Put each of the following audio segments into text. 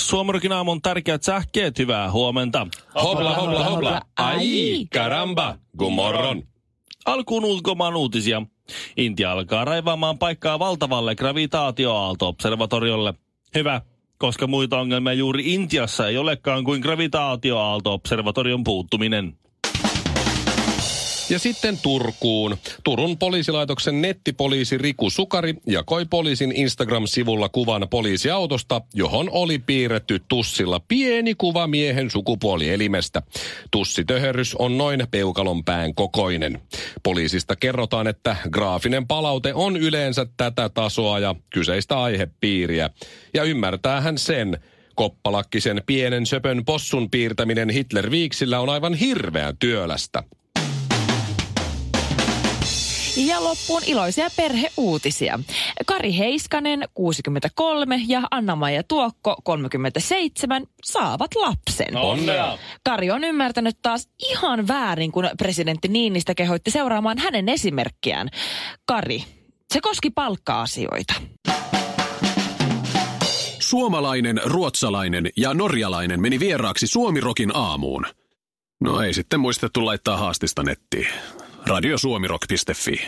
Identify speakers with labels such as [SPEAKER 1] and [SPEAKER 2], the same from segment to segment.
[SPEAKER 1] Suomarokin aamun tärkeät sähkeet, hyvää huomenta.
[SPEAKER 2] Hopla, hopla, hopla. Ai, karamba. God morgon.
[SPEAKER 1] Alkuun ulkomaan uutisia. Intia alkaa raivaamaan paikkaa valtavalle gravitaatioaalto-observatoriolle. Hyvä, koska muita ongelmia juuri Intiassa ei olekaan kuin gravitaatioaalto-observatorion puuttuminen.
[SPEAKER 2] Ja sitten Turkuun. Turun poliisilaitoksen nettipoliisi Riku Sukari jakoi poliisin Instagram-sivulla kuvan poliisiautosta, johon oli piirretty tussilla pieni kuva miehen sukupuolielimestä. Tussitöherys on noin peukalon pään kokoinen. Poliisista kerrotaan, että graafinen palaute on yleensä tätä tasoa ja kyseistä aihepiiriä. Ja ymmärtää hän sen, Koppalakkisen pienen söpön possun piirtäminen Hitler-viiksillä on aivan hirveän työlästä.
[SPEAKER 3] Ja loppuun iloisia perheuutisia. Kari Heiskanen, 63, ja Anna-Maija Tuokko, 37, saavat lapsen.
[SPEAKER 2] No.
[SPEAKER 1] Onnea.
[SPEAKER 3] Kari on ymmärtänyt taas ihan väärin, kun presidentti Niinistä kehoitti seuraamaan hänen esimerkkiään. Kari, se koski palkka-asioita.
[SPEAKER 4] Suomalainen, ruotsalainen ja norjalainen meni vieraaksi Suomirokin aamuun. No ei sitten muistettu laittaa haastista nettiin. Radiosuomirock.fi.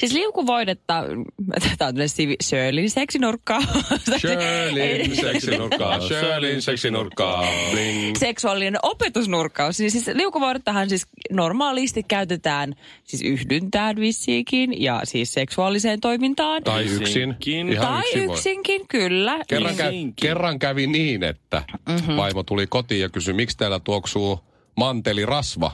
[SPEAKER 3] Siis liukuvoidetta, tämä on sivi, Shirleyn seksinurkkaa.
[SPEAKER 2] Shirleyn seksinurkkaa, Shirleyn seksinurkkaa, bling.
[SPEAKER 3] seksuaalinen opetusnurkkaus. Niin siis liukuvoidettahan siis normaalisti käytetään siis yhdyntään vissiinkin ja siis seksuaaliseen toimintaan.
[SPEAKER 2] Tai yksin.
[SPEAKER 1] Yksinkin.
[SPEAKER 2] Ihan
[SPEAKER 3] tai
[SPEAKER 2] yksin voi.
[SPEAKER 3] yksinkin, kyllä.
[SPEAKER 2] Kerran, kä-
[SPEAKER 1] Niinkin.
[SPEAKER 2] kerran kävi niin, että mm-hmm. vaimo tuli kotiin ja kysyi, miksi täällä tuoksuu mantelirasva,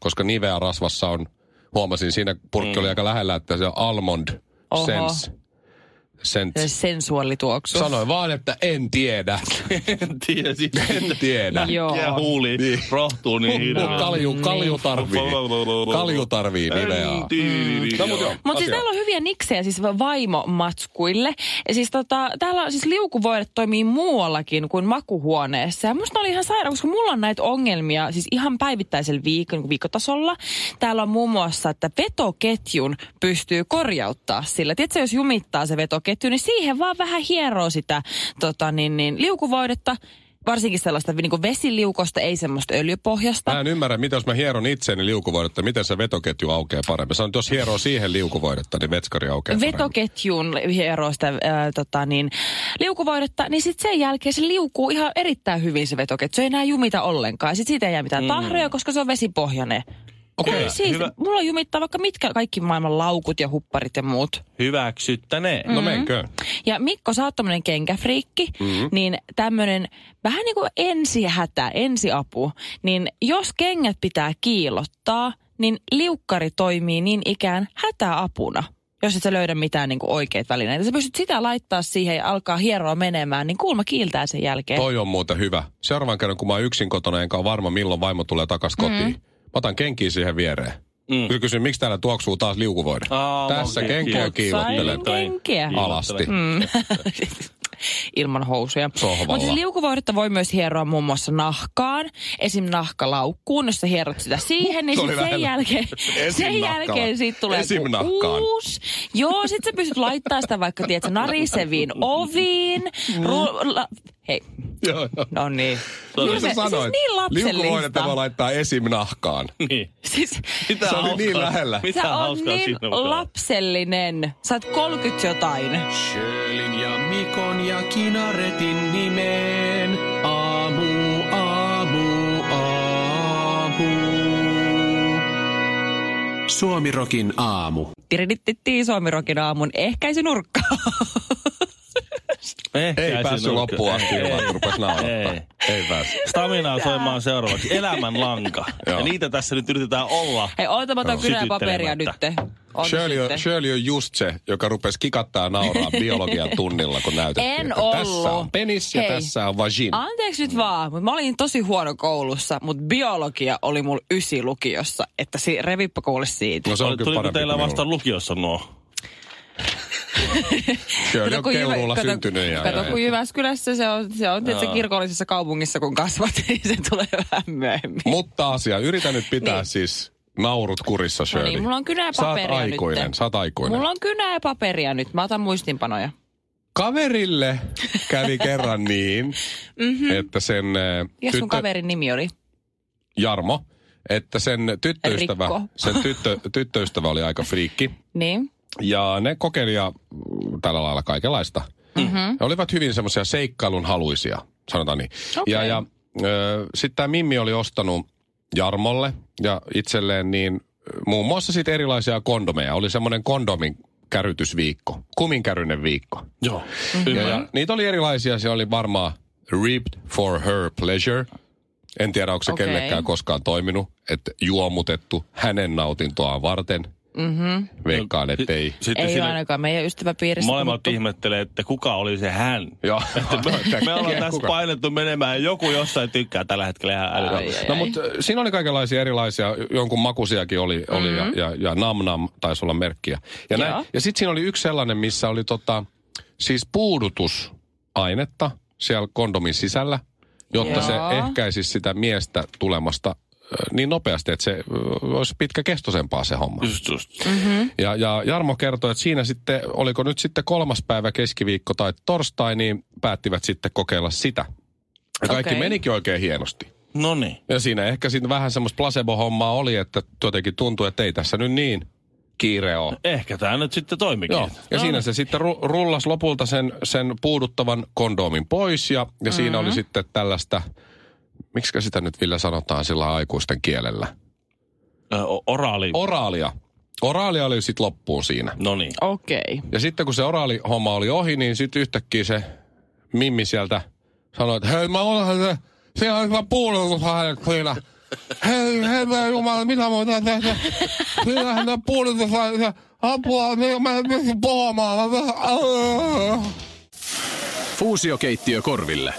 [SPEAKER 2] koska niveä rasvassa on, huomasin siinä purkki oli aika lähellä, että se on almond
[SPEAKER 3] Oho.
[SPEAKER 2] sense.
[SPEAKER 3] Se
[SPEAKER 2] sense.
[SPEAKER 3] Niin. Sensuaalituoksu.
[SPEAKER 2] Sanoin vaan, että en tiedä,
[SPEAKER 1] En tiedä, siis
[SPEAKER 2] en tiedä.
[SPEAKER 3] Joo.
[SPEAKER 1] ja huuli niin. rohtuu niin
[SPEAKER 2] Mut
[SPEAKER 1] hirveän.
[SPEAKER 2] kalju, kalju tarvii, kalju tarvii
[SPEAKER 1] niin,
[SPEAKER 2] niveä. No, mut joo,
[SPEAKER 3] Mutta siis
[SPEAKER 2] asia.
[SPEAKER 3] täällä on hyviä niksejä siis vaimomatskuille. Ja siis tota, täällä on siis liukuvoidet toimii muuallakin kuin makuhuoneessa. Ja musta oli ihan sairaan, koska mulla on näitä ongelmia siis ihan päivittäisellä viikon, viikotasolla. Täällä on muun muassa, että vetoketjun pystyy korjauttaa sillä. Tiedätkö, jos jumittaa se vetoketju, niin siihen vaan vähän hieroo sitä tota, niin, niin, liukuvoidetta. Varsinkin sellaista niin kuin vesiliukosta, ei semmoista öljypohjasta.
[SPEAKER 2] Mä en ymmärrä, mitä jos mä hieron itseäni liukuvoidetta, miten se vetoketju aukeaa paremmin. Sanoin, että jos hieroo siihen liukuvoidetta, niin vetskari aukeaa paremmin.
[SPEAKER 3] vetoketjun hieroo sitä ää, tota, niin, liukuvoidetta, niin sitten sen jälkeen se liukuu ihan erittäin hyvin se vetoketju. Se ei enää jumita ollenkaan. Sitten siitä ei jää mitään mm. tahroja, koska se on vesipohjainen.
[SPEAKER 2] Okei.
[SPEAKER 3] Ei siis,
[SPEAKER 1] hyvä.
[SPEAKER 3] mulla jumittaa vaikka mitkä kaikki maailman laukut ja hupparit ja muut.
[SPEAKER 1] Hyväksyttäneen.
[SPEAKER 3] Mm. Mm-hmm.
[SPEAKER 2] No menkö?
[SPEAKER 3] Ja Mikko, sä oot tämmönen kenkäfriikki, mm-hmm. niin tämmönen vähän niin kuin ensihätä, ensiapu, niin jos kengät pitää kiilottaa, niin liukkari toimii niin ikään hätäapuna jos et sä löydä mitään niin oikeita välineitä. Sä pystyt sitä laittaa siihen ja alkaa hieroa menemään, niin kuulma kiiltää sen jälkeen.
[SPEAKER 2] Toi on muuten hyvä. Seuraavan kerran, kun mä oon yksin kotona, enkä ole varma, milloin vaimo tulee takas kotiin.
[SPEAKER 3] Mm-hmm.
[SPEAKER 2] Mä otan kenkiä siihen viereen. Mm. Kyllä kysyn, miksi täällä tuoksuu taas liukuvoide?
[SPEAKER 1] Aa,
[SPEAKER 2] Tässä
[SPEAKER 1] mä oon kiinni.
[SPEAKER 2] kenkiä kiilottelee.
[SPEAKER 3] Sain kenkiä.
[SPEAKER 2] Alasti.
[SPEAKER 3] Mm. ilman housuja.
[SPEAKER 2] Sohvalla.
[SPEAKER 3] Mutta siis liukuvoidetta voi myös hieroa muun muassa nahkaan, esim. nahkalaukkuun, jos sä hierot sitä siihen, niin
[SPEAKER 2] Se oli
[SPEAKER 3] sit sen,
[SPEAKER 2] lähellä.
[SPEAKER 3] jälkeen,
[SPEAKER 2] Esim.
[SPEAKER 3] sen
[SPEAKER 2] nahkala.
[SPEAKER 3] jälkeen siitä tulee
[SPEAKER 2] Esim.
[SPEAKER 3] joku
[SPEAKER 2] nahkaan.
[SPEAKER 3] uusi. Joo, sit sä pystyt laittaa sitä vaikka, tiedätkö, nariseviin oviin. Ru- la- hei,
[SPEAKER 2] Joo, joo.
[SPEAKER 3] no niin.
[SPEAKER 2] Mitä sä
[SPEAKER 3] Hirve- siis
[SPEAKER 2] sanoit?
[SPEAKER 3] niin
[SPEAKER 2] Liukuvoidetta voi
[SPEAKER 3] lapsellista.
[SPEAKER 2] laittaa esim. nahkaan.
[SPEAKER 1] Niin.
[SPEAKER 3] Siis,
[SPEAKER 1] Mitä
[SPEAKER 2] Se oli
[SPEAKER 1] hauskaa-
[SPEAKER 2] niin lähellä.
[SPEAKER 1] Mitä
[SPEAKER 3] sä oot
[SPEAKER 1] hauskaa
[SPEAKER 3] niin
[SPEAKER 1] siinä voi olla?
[SPEAKER 3] lapsellinen. Sä oot 30 jotain.
[SPEAKER 4] Sjölin ja Mikon ja Kinaretin nimeen. Aamu, aamu, aamu. Suomirokin aamu.
[SPEAKER 3] Tiridittiin Suomirokin aamun ehkäisynurkkaa.
[SPEAKER 1] Ehkä
[SPEAKER 2] Ei
[SPEAKER 1] se
[SPEAKER 2] päässyt
[SPEAKER 1] nurkka-
[SPEAKER 2] loppuun asti,
[SPEAKER 1] Ei.
[SPEAKER 2] vaan rupes naurattaa.
[SPEAKER 1] Ei.
[SPEAKER 2] Ei pääse.
[SPEAKER 1] Staminaa soimaan seuraavaksi. Elämän lanka.
[SPEAKER 2] Joo.
[SPEAKER 1] ja niitä tässä nyt yritetään olla.
[SPEAKER 3] Hei, oota, mä otan
[SPEAKER 1] Joo.
[SPEAKER 3] kynää ja paperia nyt.
[SPEAKER 1] Sytyttelemättä.
[SPEAKER 2] Shirley on, Shirley on just se, joka rupesi kikattaa ja nauraa biologian tunnilla, kun näytettiin.
[SPEAKER 3] En
[SPEAKER 2] että Tässä
[SPEAKER 3] ollut.
[SPEAKER 2] on penis ja
[SPEAKER 3] Hei. Ah.
[SPEAKER 2] tässä on vagina.
[SPEAKER 3] Anteeksi nyt vaan, mutta mä olin tosi huono koulussa, mutta biologia oli mulla ysi lukiossa, että si- revippä kuule siitä.
[SPEAKER 2] No se on kyllä
[SPEAKER 1] Tuliko
[SPEAKER 2] parempi
[SPEAKER 1] teillä
[SPEAKER 2] kuin
[SPEAKER 1] vasta
[SPEAKER 2] minulla.
[SPEAKER 1] lukiossa nuo?
[SPEAKER 2] Shirley on keuruulla
[SPEAKER 3] kato,
[SPEAKER 2] syntynyt. Ja,
[SPEAKER 3] kato, kun Jyväskylässä se on, se on tietysti kirkollisessa kaupungissa, kun kasvat, niin se tulee vähän myöhemmin.
[SPEAKER 2] Mutta asia, yritä nyt pitää niin. siis naurut kurissa,
[SPEAKER 3] No
[SPEAKER 2] Shirley.
[SPEAKER 3] niin, mulla on kynää ja
[SPEAKER 2] Saat
[SPEAKER 3] paperia
[SPEAKER 2] aikuinen,
[SPEAKER 3] nyt.
[SPEAKER 2] saat aikuinen.
[SPEAKER 3] Mulla on kynää ja paperia nyt. Mä otan muistinpanoja.
[SPEAKER 2] Kaverille kävi kerran niin, mm-hmm. että sen eh,
[SPEAKER 3] Ja sun
[SPEAKER 2] tyttö,
[SPEAKER 3] kaverin nimi oli?
[SPEAKER 2] Jarmo, että sen tyttöystävä,
[SPEAKER 3] Rikko.
[SPEAKER 2] sen tyttö, tyttöystävä oli aika friikki.
[SPEAKER 3] Niin.
[SPEAKER 2] Ja ne kokeili ja mm, tällä lailla kaikenlaista. Mm-hmm. Ne olivat hyvin semmoisia seikkailun haluisia, sanotaan niin.
[SPEAKER 3] Okei.
[SPEAKER 2] Ja, ja sitten tämä Mimmi oli ostanut Jarmolle ja itselleen niin ö, muun muassa sit erilaisia kondomeja. Oli semmoinen kondomin kärytysviikko, kuminkäryinen viikko.
[SPEAKER 1] Joo.
[SPEAKER 2] Ja,
[SPEAKER 1] Ymmärrän.
[SPEAKER 2] ja niitä oli erilaisia, siellä oli varmaan Ripped for her pleasure. En tiedä, onko se okay.
[SPEAKER 3] Okei.
[SPEAKER 2] kellekään koskaan toiminut, että juomutettu hänen nautintoaan varten. Mm-hmm. Veikkaan,
[SPEAKER 1] No,
[SPEAKER 2] että ei.
[SPEAKER 1] Sitten
[SPEAKER 3] Ei ole
[SPEAKER 1] siinä
[SPEAKER 3] ainakaan meidän ystäväpiirissä.
[SPEAKER 1] molemmat
[SPEAKER 3] mutta-
[SPEAKER 1] ihmettelee, että kuka oli se hän.
[SPEAKER 2] Joo.
[SPEAKER 1] Me, me ollaan
[SPEAKER 2] Kuka?
[SPEAKER 1] tässä painettu menemään ja joku jossain tykkää tällä hetkellä ihan älytöntä.
[SPEAKER 2] No mutta siinä oli kaikenlaisia erilaisia, jonkun makuisiakin oli, oli mm-hmm. ja, ja, ja Nam Nam taisi olla merkkiä. Ja, näin,
[SPEAKER 3] Joo.
[SPEAKER 2] ja sitten siinä oli yksi sellainen, missä oli tota, siis puudutusainetta siellä kondomin sisällä, jotta Joo. se
[SPEAKER 3] Joo.
[SPEAKER 2] ehkäisisi sitä miestä tulemasta ö, niin nopeasti, että se ö, olisi pitkäkestoisempaa se homma.
[SPEAKER 1] Just, just.
[SPEAKER 3] Mm-hmm.
[SPEAKER 2] Ja, ja Jarmo kertoi, että siinä sitten, oliko nyt sitten kolmas päivä keskiviikko tai torstai, niin päättivät sitten kokeilla sitä. Ja kaikki
[SPEAKER 3] Okei.
[SPEAKER 2] okay. menikin oikein hienosti.
[SPEAKER 1] No niin.
[SPEAKER 2] Ja siinä ehkä sitten vähän semmoista placebo-hommaa oli, että jotenkin tuntui, että ei tässä nyt niin kiire ole.
[SPEAKER 1] Ehkä tämä nyt sitten toimikin.
[SPEAKER 2] Joo, ja
[SPEAKER 1] no,
[SPEAKER 2] siinä se sitten ru- rullasi lopulta sen, sen puuduttavan kondomin pois ja, ja siinä oli sitten tällaista, miksi sitä nyt Ville sanotaan sillä aikuisten kielellä?
[SPEAKER 1] ö, o- Oraali.
[SPEAKER 2] Oraalia. Oraalia oli sitten loppuun siinä.
[SPEAKER 1] No niin.
[SPEAKER 3] Okei.
[SPEAKER 2] Ja sitten kun se oraalihomma oli ohi, niin sitten yhtäkkiä se Mimmi sieltä sanoi, että hei mä olen se, siellä on hyvä puudutus hänet siinä. Hei, hei mä jumala, mitä mä voin tehdä? Siinähän on puudutus, apua, niin mä en pysty puhumaan. Mä- mä-
[SPEAKER 4] Fuusiokeittiö korville.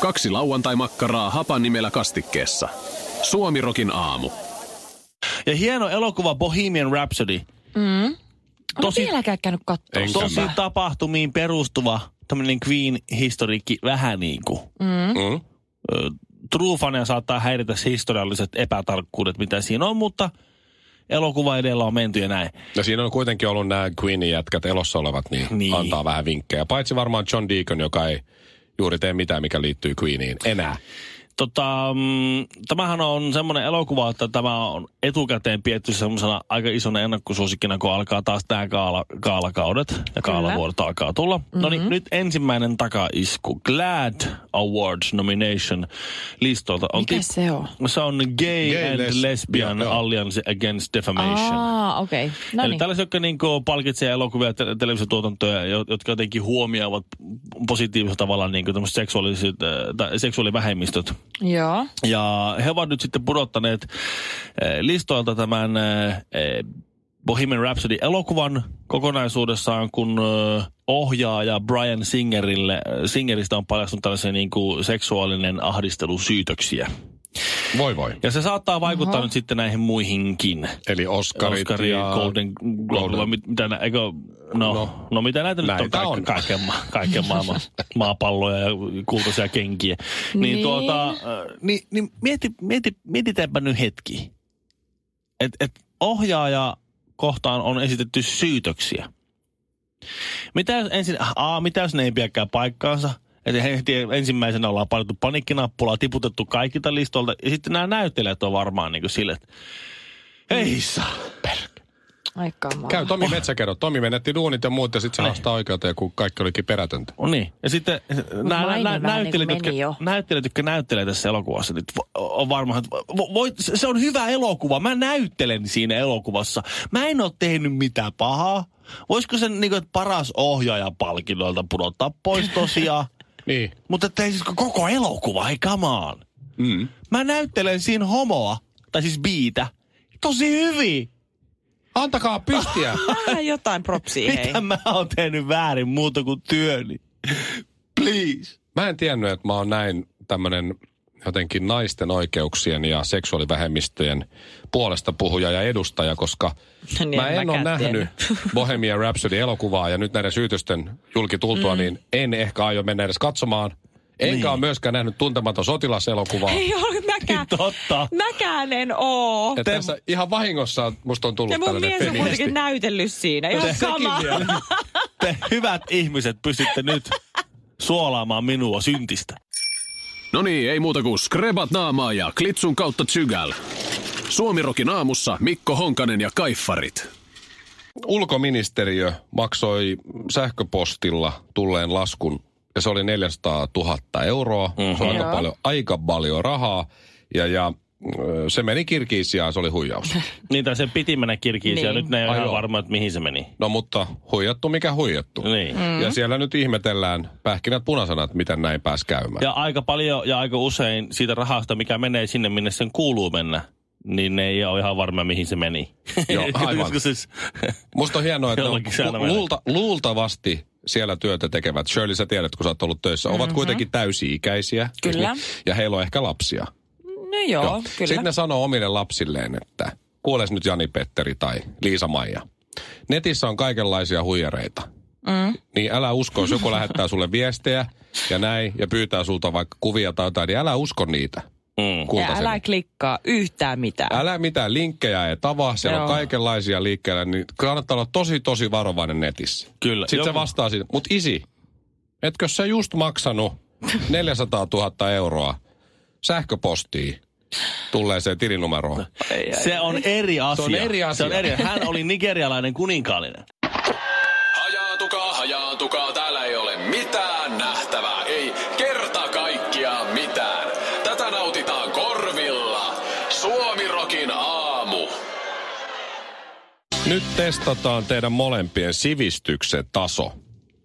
[SPEAKER 4] Kaksi lauantai-makkaraa hapan nimellä kastikkeessa. Suomirokin aamu.
[SPEAKER 1] Ja hieno elokuva Bohemian Rhapsody.
[SPEAKER 3] Onko
[SPEAKER 1] Tosi-
[SPEAKER 3] vieläkään käynyt katsoa?
[SPEAKER 2] Enkä
[SPEAKER 1] Tosi tapahtumiin perustuva tämmöinen Queen-historiikki vähän niin kuin.
[SPEAKER 2] Mm.
[SPEAKER 1] Ö, True faneja saattaa häiritä se historialliset epätarkkuudet, mitä siinä on, mutta elokuva edellä on menty ja näin.
[SPEAKER 2] No siinä on kuitenkin ollut nämä Queenin jätkät elossa olevat, niin,
[SPEAKER 1] Niin.
[SPEAKER 2] niin, antaa vähän vinkkejä. Paitsi varmaan John Deacon, joka ei juuri tee mitään, mikä liittyy Queeniin enää.
[SPEAKER 1] Tota, mm, tämähän on semmoinen elokuva, että tämä on etukäteen pietty semmoisena aika isona ennakkosuosikkina, kun alkaa taas nämä kaala, kaalakaudet ja kaalavuodet alkaa tulla. Mm-hmm. No niin, nyt ensimmäinen takaisku. Glad Awards nomination listolta. On
[SPEAKER 3] Mikä se on?
[SPEAKER 1] Se on Gay,
[SPEAKER 2] Gay
[SPEAKER 1] and
[SPEAKER 2] les-
[SPEAKER 1] Lesbian
[SPEAKER 2] joo, joo.
[SPEAKER 1] Alliance Against Defamation.
[SPEAKER 3] Aa, okei. Okay. No
[SPEAKER 1] Eli
[SPEAKER 3] niin.
[SPEAKER 1] tällaisia, jotka niin palkitsee elokuvia ja te- televisiotuotantoja, jo- jotka jotenkin huomioivat positiivisella tavalla niin tämmöiset seksuaaliset, äh, tai seksuaalivähemmistöt.
[SPEAKER 3] Joo.
[SPEAKER 1] Ja he ovat nyt sitten pudottaneet äh, listoilta tämän äh, äh, Bohemian Rhapsody-elokuvan kokonaisuudessaan, kun äh, ohjaaja Brian Singerille, äh, Singeristä on paljastunut tällaisia niin kuin seksuaalinen ahdistelusyytöksiä.
[SPEAKER 2] Voi voi.
[SPEAKER 1] Ja se saattaa vaikuttaa nyt sitten näihin muihinkin.
[SPEAKER 2] Eli Oscarit,
[SPEAKER 1] Oscari, ja... Golden Globe, vai mit, mitä nä, eikö, no, no,
[SPEAKER 2] No.
[SPEAKER 1] no, mitä näitä nyt on,
[SPEAKER 2] Näitä
[SPEAKER 1] kaik,
[SPEAKER 2] on.
[SPEAKER 1] Kaiken, ma, kaiken maailman maapalloja ja kultaisia kenkiä. Niin, niin
[SPEAKER 3] Niin.
[SPEAKER 1] tuota, äh, niin, niin mieti, mieti, mietitäänpä nyt hetki. Et, et ohjaaja kohtaan on esitetty syytöksiä. Mitä jos ensin, a, mitä jos ne ei pidäkään paikkaansa? Että heti ensimmäisenä ollaan painettu panikkinappulaa, tiputettu kaikilta listolta. Ja sitten nämä näyttelijät on varmaan niin sille, että ei saa.
[SPEAKER 3] Ai kamala.
[SPEAKER 2] Käy Tomi Metsäkerro. Tomi menetti duunit ja muut ja sitten se haastaa oikeuteen, kun kaikki olikin perätöntä.
[SPEAKER 1] On niin. Ja sitten nämä nä,
[SPEAKER 5] maini
[SPEAKER 1] nä,
[SPEAKER 5] vähän niin
[SPEAKER 1] näyttelijät,
[SPEAKER 5] kuin
[SPEAKER 1] jotka,
[SPEAKER 5] meni jo.
[SPEAKER 1] näyttelijät, jotka näyttelee tässä elokuvassa, niin vo- on varmaan, että vo- voi, se se on hyvä elokuva. Mä näyttelen siinä elokuvassa. Mä en ole tehnyt mitään niinku, pahaa. Voisiko sen niin kuin, paras ohjaaja palkinnoilta pudottaa pois tosiaan?
[SPEAKER 2] Niin.
[SPEAKER 1] Mutta ettei siis koko elokuva, ei kamaan.
[SPEAKER 4] Mm.
[SPEAKER 1] Mä näyttelen siinä homoa, tai siis biitä, tosi hyvin.
[SPEAKER 2] Antakaa pystiä.
[SPEAKER 3] Vähän jotain propsia, hei.
[SPEAKER 1] Mitä mä oon tehnyt väärin muuta kuin työni? Please.
[SPEAKER 2] Mä en tiennyt, että mä oon näin tämmönen jotenkin naisten oikeuksien ja seksuaalivähemmistöjen puolesta puhuja ja edustaja, koska
[SPEAKER 3] Niin,
[SPEAKER 2] mä en ole
[SPEAKER 3] mäkään
[SPEAKER 2] nähnyt
[SPEAKER 3] tiennyt.
[SPEAKER 2] Bohemian Rhapsody-elokuvaa ja nyt näiden syytösten julkitultua, mm. niin en ehkä aio mennä edes katsomaan. Enkä niin. ole myöskään nähnyt tuntematon sotilaselokuvaa.
[SPEAKER 3] Ei ole mäkään.
[SPEAKER 1] Totta.
[SPEAKER 3] Mäkään en oo.
[SPEAKER 2] Että tässä ihan vahingossa on- musta on
[SPEAKER 3] Ja
[SPEAKER 2] tullut
[SPEAKER 3] mun
[SPEAKER 2] tällainen
[SPEAKER 3] mies on
[SPEAKER 2] feministi.
[SPEAKER 3] kuitenkin näytellyt siinä. Ihan sama.
[SPEAKER 1] Te hyvät ihmiset pystytte nyt suolaamaan minua syntistä.
[SPEAKER 4] No niin, ei muuta kuin skrebat naamaa ja klitsun kautta tsygäl. Suomirokin aamussa Mikko Honkanen ja Kaiffarit.
[SPEAKER 2] ulkoministeriö maksoi sähköpostilla tulleen laskun, ja se oli 400 000 euroa. Mm-hmm. Se on aika
[SPEAKER 3] Joo.
[SPEAKER 2] paljon, aika paljon rahaa, ja, ja ö, se meni kirkiisiaan, se oli huijaus.
[SPEAKER 1] Niin, tai sen piti mennä kirkiin, ja
[SPEAKER 3] Niin.
[SPEAKER 1] nyt ne ei ole
[SPEAKER 2] Ai
[SPEAKER 1] ihan
[SPEAKER 2] joo.
[SPEAKER 1] varma, että mihin se meni.
[SPEAKER 2] No mutta huijattu mikä huijattu.
[SPEAKER 1] Niin.
[SPEAKER 2] Mm-hmm. Ja siellä nyt ihmetellään pähkinät punaisena, että miten näin pääsi käymään.
[SPEAKER 1] Ja aika paljon ja aika usein siitä rahasta, mikä menee sinne, minne sen kuuluu mennä, niin ne ei ole ihan varma, mihin se meni.
[SPEAKER 2] Joo, aivan.
[SPEAKER 1] Joskus siis,
[SPEAKER 2] Musta on hienoa, että
[SPEAKER 1] Jollakin
[SPEAKER 2] ne
[SPEAKER 1] säännöllä.
[SPEAKER 2] on, luulta, luultavasti siellä työtä tekevät, Shirley sä tiedät, kun sä oot ollut töissä, ovat mm-hmm. kuitenkin täysi-ikäisiä.
[SPEAKER 3] Kyllä.
[SPEAKER 2] eikö niin? Ja heillä on ehkä lapsia.
[SPEAKER 3] No joo,
[SPEAKER 2] Joo.
[SPEAKER 3] kyllä.
[SPEAKER 2] Sitten ne sanoo omille lapsilleen, että kuules nyt Jani-Petteri tai Liisa-Maija. Netissä on kaikenlaisia huijareita. Mm. Niin älä usko, jos joku lähettää sulle viestejä ja näin ja pyytää sulta vaikka kuvia tai jotain, niin älä usko niitä.
[SPEAKER 1] mm.
[SPEAKER 3] ja
[SPEAKER 2] Kultaseni.
[SPEAKER 3] älä klikkaa yhtään mitään.
[SPEAKER 2] älä mitään linkkejä ei tavaa, siellä on
[SPEAKER 3] Joo.
[SPEAKER 2] kaikenlaisia liikkeellä, niin kannattaa olla tosi tosi varovainen netissä.
[SPEAKER 1] Kyllä.
[SPEAKER 2] Sitten
[SPEAKER 1] Joku-
[SPEAKER 2] se vastaa siinä, mutta isi, etkö sä just maksanut 400 000 euroa sähköpostiin tulleeseen tilinumeroon?
[SPEAKER 1] No. Se on eri asia.
[SPEAKER 2] on eri
[SPEAKER 1] Se on
[SPEAKER 2] asia.
[SPEAKER 1] eri. Hän oli nigerialainen kuninkaallinen.
[SPEAKER 4] Hajaatukaa, hajaatukaa, täällä ei ole mitään nähtävää, ei kerta kaikkiaan mitään. Tätä nautitaan korvilla. Suomirokin aamu.
[SPEAKER 2] Nyt testataan teidän molempien sivistyksen taso.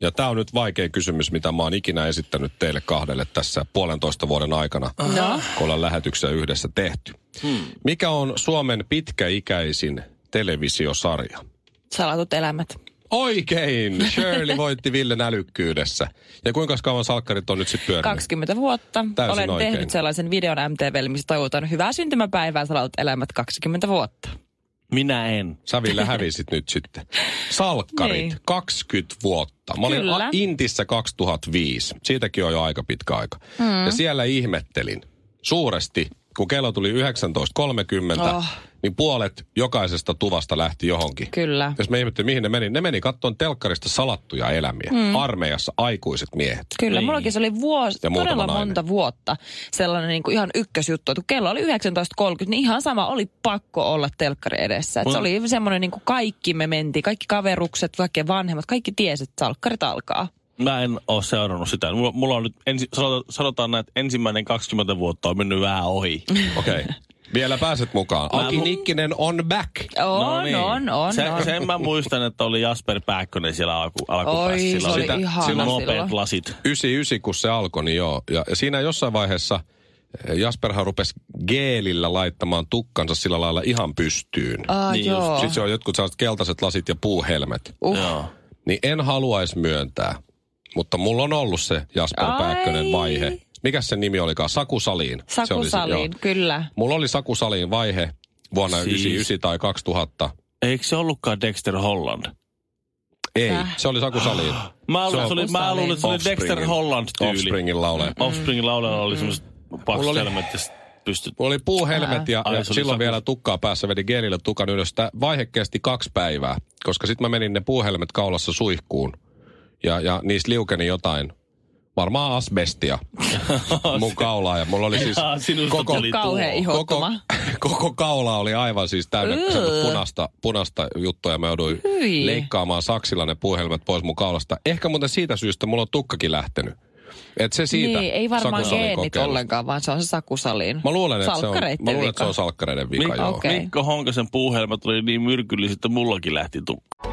[SPEAKER 2] Ja tämä on nyt vaikea kysymys, mitä mä oon ikinä esittänyt teille kahdelle tässä puolentoista vuoden aikana, no. kun ollaan lähetyksiä yhdessä tehty. Hmm. Mikä on Suomen pitkäikäisin televisiosarja?
[SPEAKER 3] Salatut elämät.
[SPEAKER 2] Niin. Oikein! Shirley voitti Villen älykkyydessä. Ja kuinka kauan salkkarit on nyt sitten pyörinyt?
[SPEAKER 3] 20 vuotta.
[SPEAKER 2] Täysin
[SPEAKER 3] Olen
[SPEAKER 2] oikein.
[SPEAKER 3] tehnyt sellaisen videon MTVlle, missä toivotan hyvää syntymäpäivää Salatut elämät 20 vuotta.
[SPEAKER 1] Minä en.
[SPEAKER 2] Sä Ville hävisit nyt sitten. Salkkarit,
[SPEAKER 3] Niin.
[SPEAKER 2] 20 vuotta. Mä olin
[SPEAKER 3] Kyllä.
[SPEAKER 2] a- Intissä 2005. Siitäkin on jo aika pitkä aika. Mm. Ja siellä ihmettelin suuresti, kun kello tuli 19.30, oh.
[SPEAKER 3] Oh.
[SPEAKER 2] niin puolet jokaisesta tuvasta lähti johonkin.
[SPEAKER 3] Kyllä.
[SPEAKER 2] Jos mä ihmettelin, mihin ne meni, ne meni kattoon telkkarista salattuja elämiä. Mm. Armeijassa aikuiset miehet.
[SPEAKER 3] Kyllä,
[SPEAKER 1] Niin.
[SPEAKER 3] niin. mullakin se oli vuosi,
[SPEAKER 2] Ja muutama
[SPEAKER 3] todella
[SPEAKER 2] nainen.
[SPEAKER 3] monta vuotta sellainen niin kuin ihan ykkösjuttu, että kun kello oli 19.30, niin ihan sama oli pakko olla telkkari edessä. Et se
[SPEAKER 1] Mun-
[SPEAKER 3] oli semmoinen, niin kuin kaikki me mentiin, kaikki kaverukset, kaikki vanhemmat, kaikki tiesi, että salkkarit alkaa.
[SPEAKER 1] Mä en ole seurannut sitä. Mulla, mulla on nyt, ensi, sanota- sanotaan näin, että ensimmäinen 20 vuotta on mennyt vähän ohi.
[SPEAKER 2] Okei. Okay. Vielä pääset mukaan.
[SPEAKER 1] Mä-
[SPEAKER 2] Aki Nikkinen on back.
[SPEAKER 3] On, no niin. on, on,
[SPEAKER 1] se,
[SPEAKER 3] on.
[SPEAKER 1] Sen mä muistan, että oli Jasper Pääkkönen siellä alku, alkupäässä.
[SPEAKER 3] Oi,
[SPEAKER 1] Sillä
[SPEAKER 3] se oli
[SPEAKER 1] sitä-
[SPEAKER 3] ihana
[SPEAKER 1] sillä nopeat
[SPEAKER 3] silloin.
[SPEAKER 1] lasit.
[SPEAKER 2] 99, kun se alkoi, niin joo. Ja, ja siinä jossain vaiheessa eh, Jasperhan rupesi geelillä laittamaan tukkansa sillä lailla ihan pystyyn.
[SPEAKER 3] Ah,
[SPEAKER 1] Niin
[SPEAKER 3] niin
[SPEAKER 1] just.
[SPEAKER 3] joo.
[SPEAKER 2] Sitten se on jotkut sellaiset keltaiset lasit ja puuhelmet.
[SPEAKER 3] Uh,
[SPEAKER 1] Joo.
[SPEAKER 2] Niin en haluaisi myöntää, mutta mulla on ollut se Jasper
[SPEAKER 3] Ai.
[SPEAKER 2] Pääkkönen vaihe. Mikäs sen nimi olikaan? Saku Saliin. se oli se,
[SPEAKER 3] Sakusaliin,
[SPEAKER 2] joo.
[SPEAKER 3] kyllä.
[SPEAKER 2] Mulla oli Saku Saliin vaihe vuonna
[SPEAKER 1] Siis.
[SPEAKER 2] 99 tai 2000.
[SPEAKER 1] Eikö se ollutkaan Dexter Holland?
[SPEAKER 2] Ei,
[SPEAKER 3] Äh.
[SPEAKER 2] se oli Saku Saliin.
[SPEAKER 1] Mä
[SPEAKER 2] Se
[SPEAKER 1] luulen,
[SPEAKER 2] on-
[SPEAKER 1] se oli, mä luulen, että se oli Dexter
[SPEAKER 2] Offspringin-
[SPEAKER 1] Holland tyyli.
[SPEAKER 2] Offspringin laule.
[SPEAKER 1] Offspringin laulajalla
[SPEAKER 3] Mm.
[SPEAKER 1] oli semmoiset
[SPEAKER 2] Mulla
[SPEAKER 1] paksut
[SPEAKER 2] oli-
[SPEAKER 1] helmet ja sit pystyt.
[SPEAKER 2] Mulla oli puuhelmet ja,
[SPEAKER 1] Ai,
[SPEAKER 2] ja
[SPEAKER 1] se oli
[SPEAKER 2] silloin
[SPEAKER 1] saku-
[SPEAKER 2] vielä tukkaa päässä vedin geelillä tukan ylös. Tää vaihe kesti kaksi päivää, koska sitten mä menin ne puuhelmet kaulassa suihkuun ja, ja niistä liukeni jotain. Varmaan asbestia mun kaulaa ja mulla oli siis
[SPEAKER 1] Jaa, sinusta
[SPEAKER 2] koko,
[SPEAKER 1] tuli
[SPEAKER 3] Kauhea
[SPEAKER 1] tuo.
[SPEAKER 2] koko,
[SPEAKER 3] ihottuma.
[SPEAKER 2] koko kaula oli aivan siis täynnä
[SPEAKER 3] Ugh.
[SPEAKER 2] semmoista punaista, punaista juttua ja mä jouduin
[SPEAKER 3] Hyi.
[SPEAKER 2] leikkaamaan saksilla ne puuhelmet pois mun kaulasta. Ehkä muuten siitä syystä mulla on tukkakin lähtenyt. Et se siitä
[SPEAKER 3] Niin, ei varmaan
[SPEAKER 2] Sakusalin
[SPEAKER 3] geenit
[SPEAKER 2] kokeilusta.
[SPEAKER 3] ollenkaan, vaan se on se sakusaliin.
[SPEAKER 2] Mä luulen, että se on,
[SPEAKER 3] Niin. Salkkareitten
[SPEAKER 2] mä luulen, että se
[SPEAKER 3] vika. Niin.
[SPEAKER 2] on salkkareiden vika,
[SPEAKER 1] Mik-
[SPEAKER 2] joo.
[SPEAKER 3] okei.
[SPEAKER 1] Mikko Honkasen puuhelmat oli niin myrkylliset, että mullakin lähti tukka.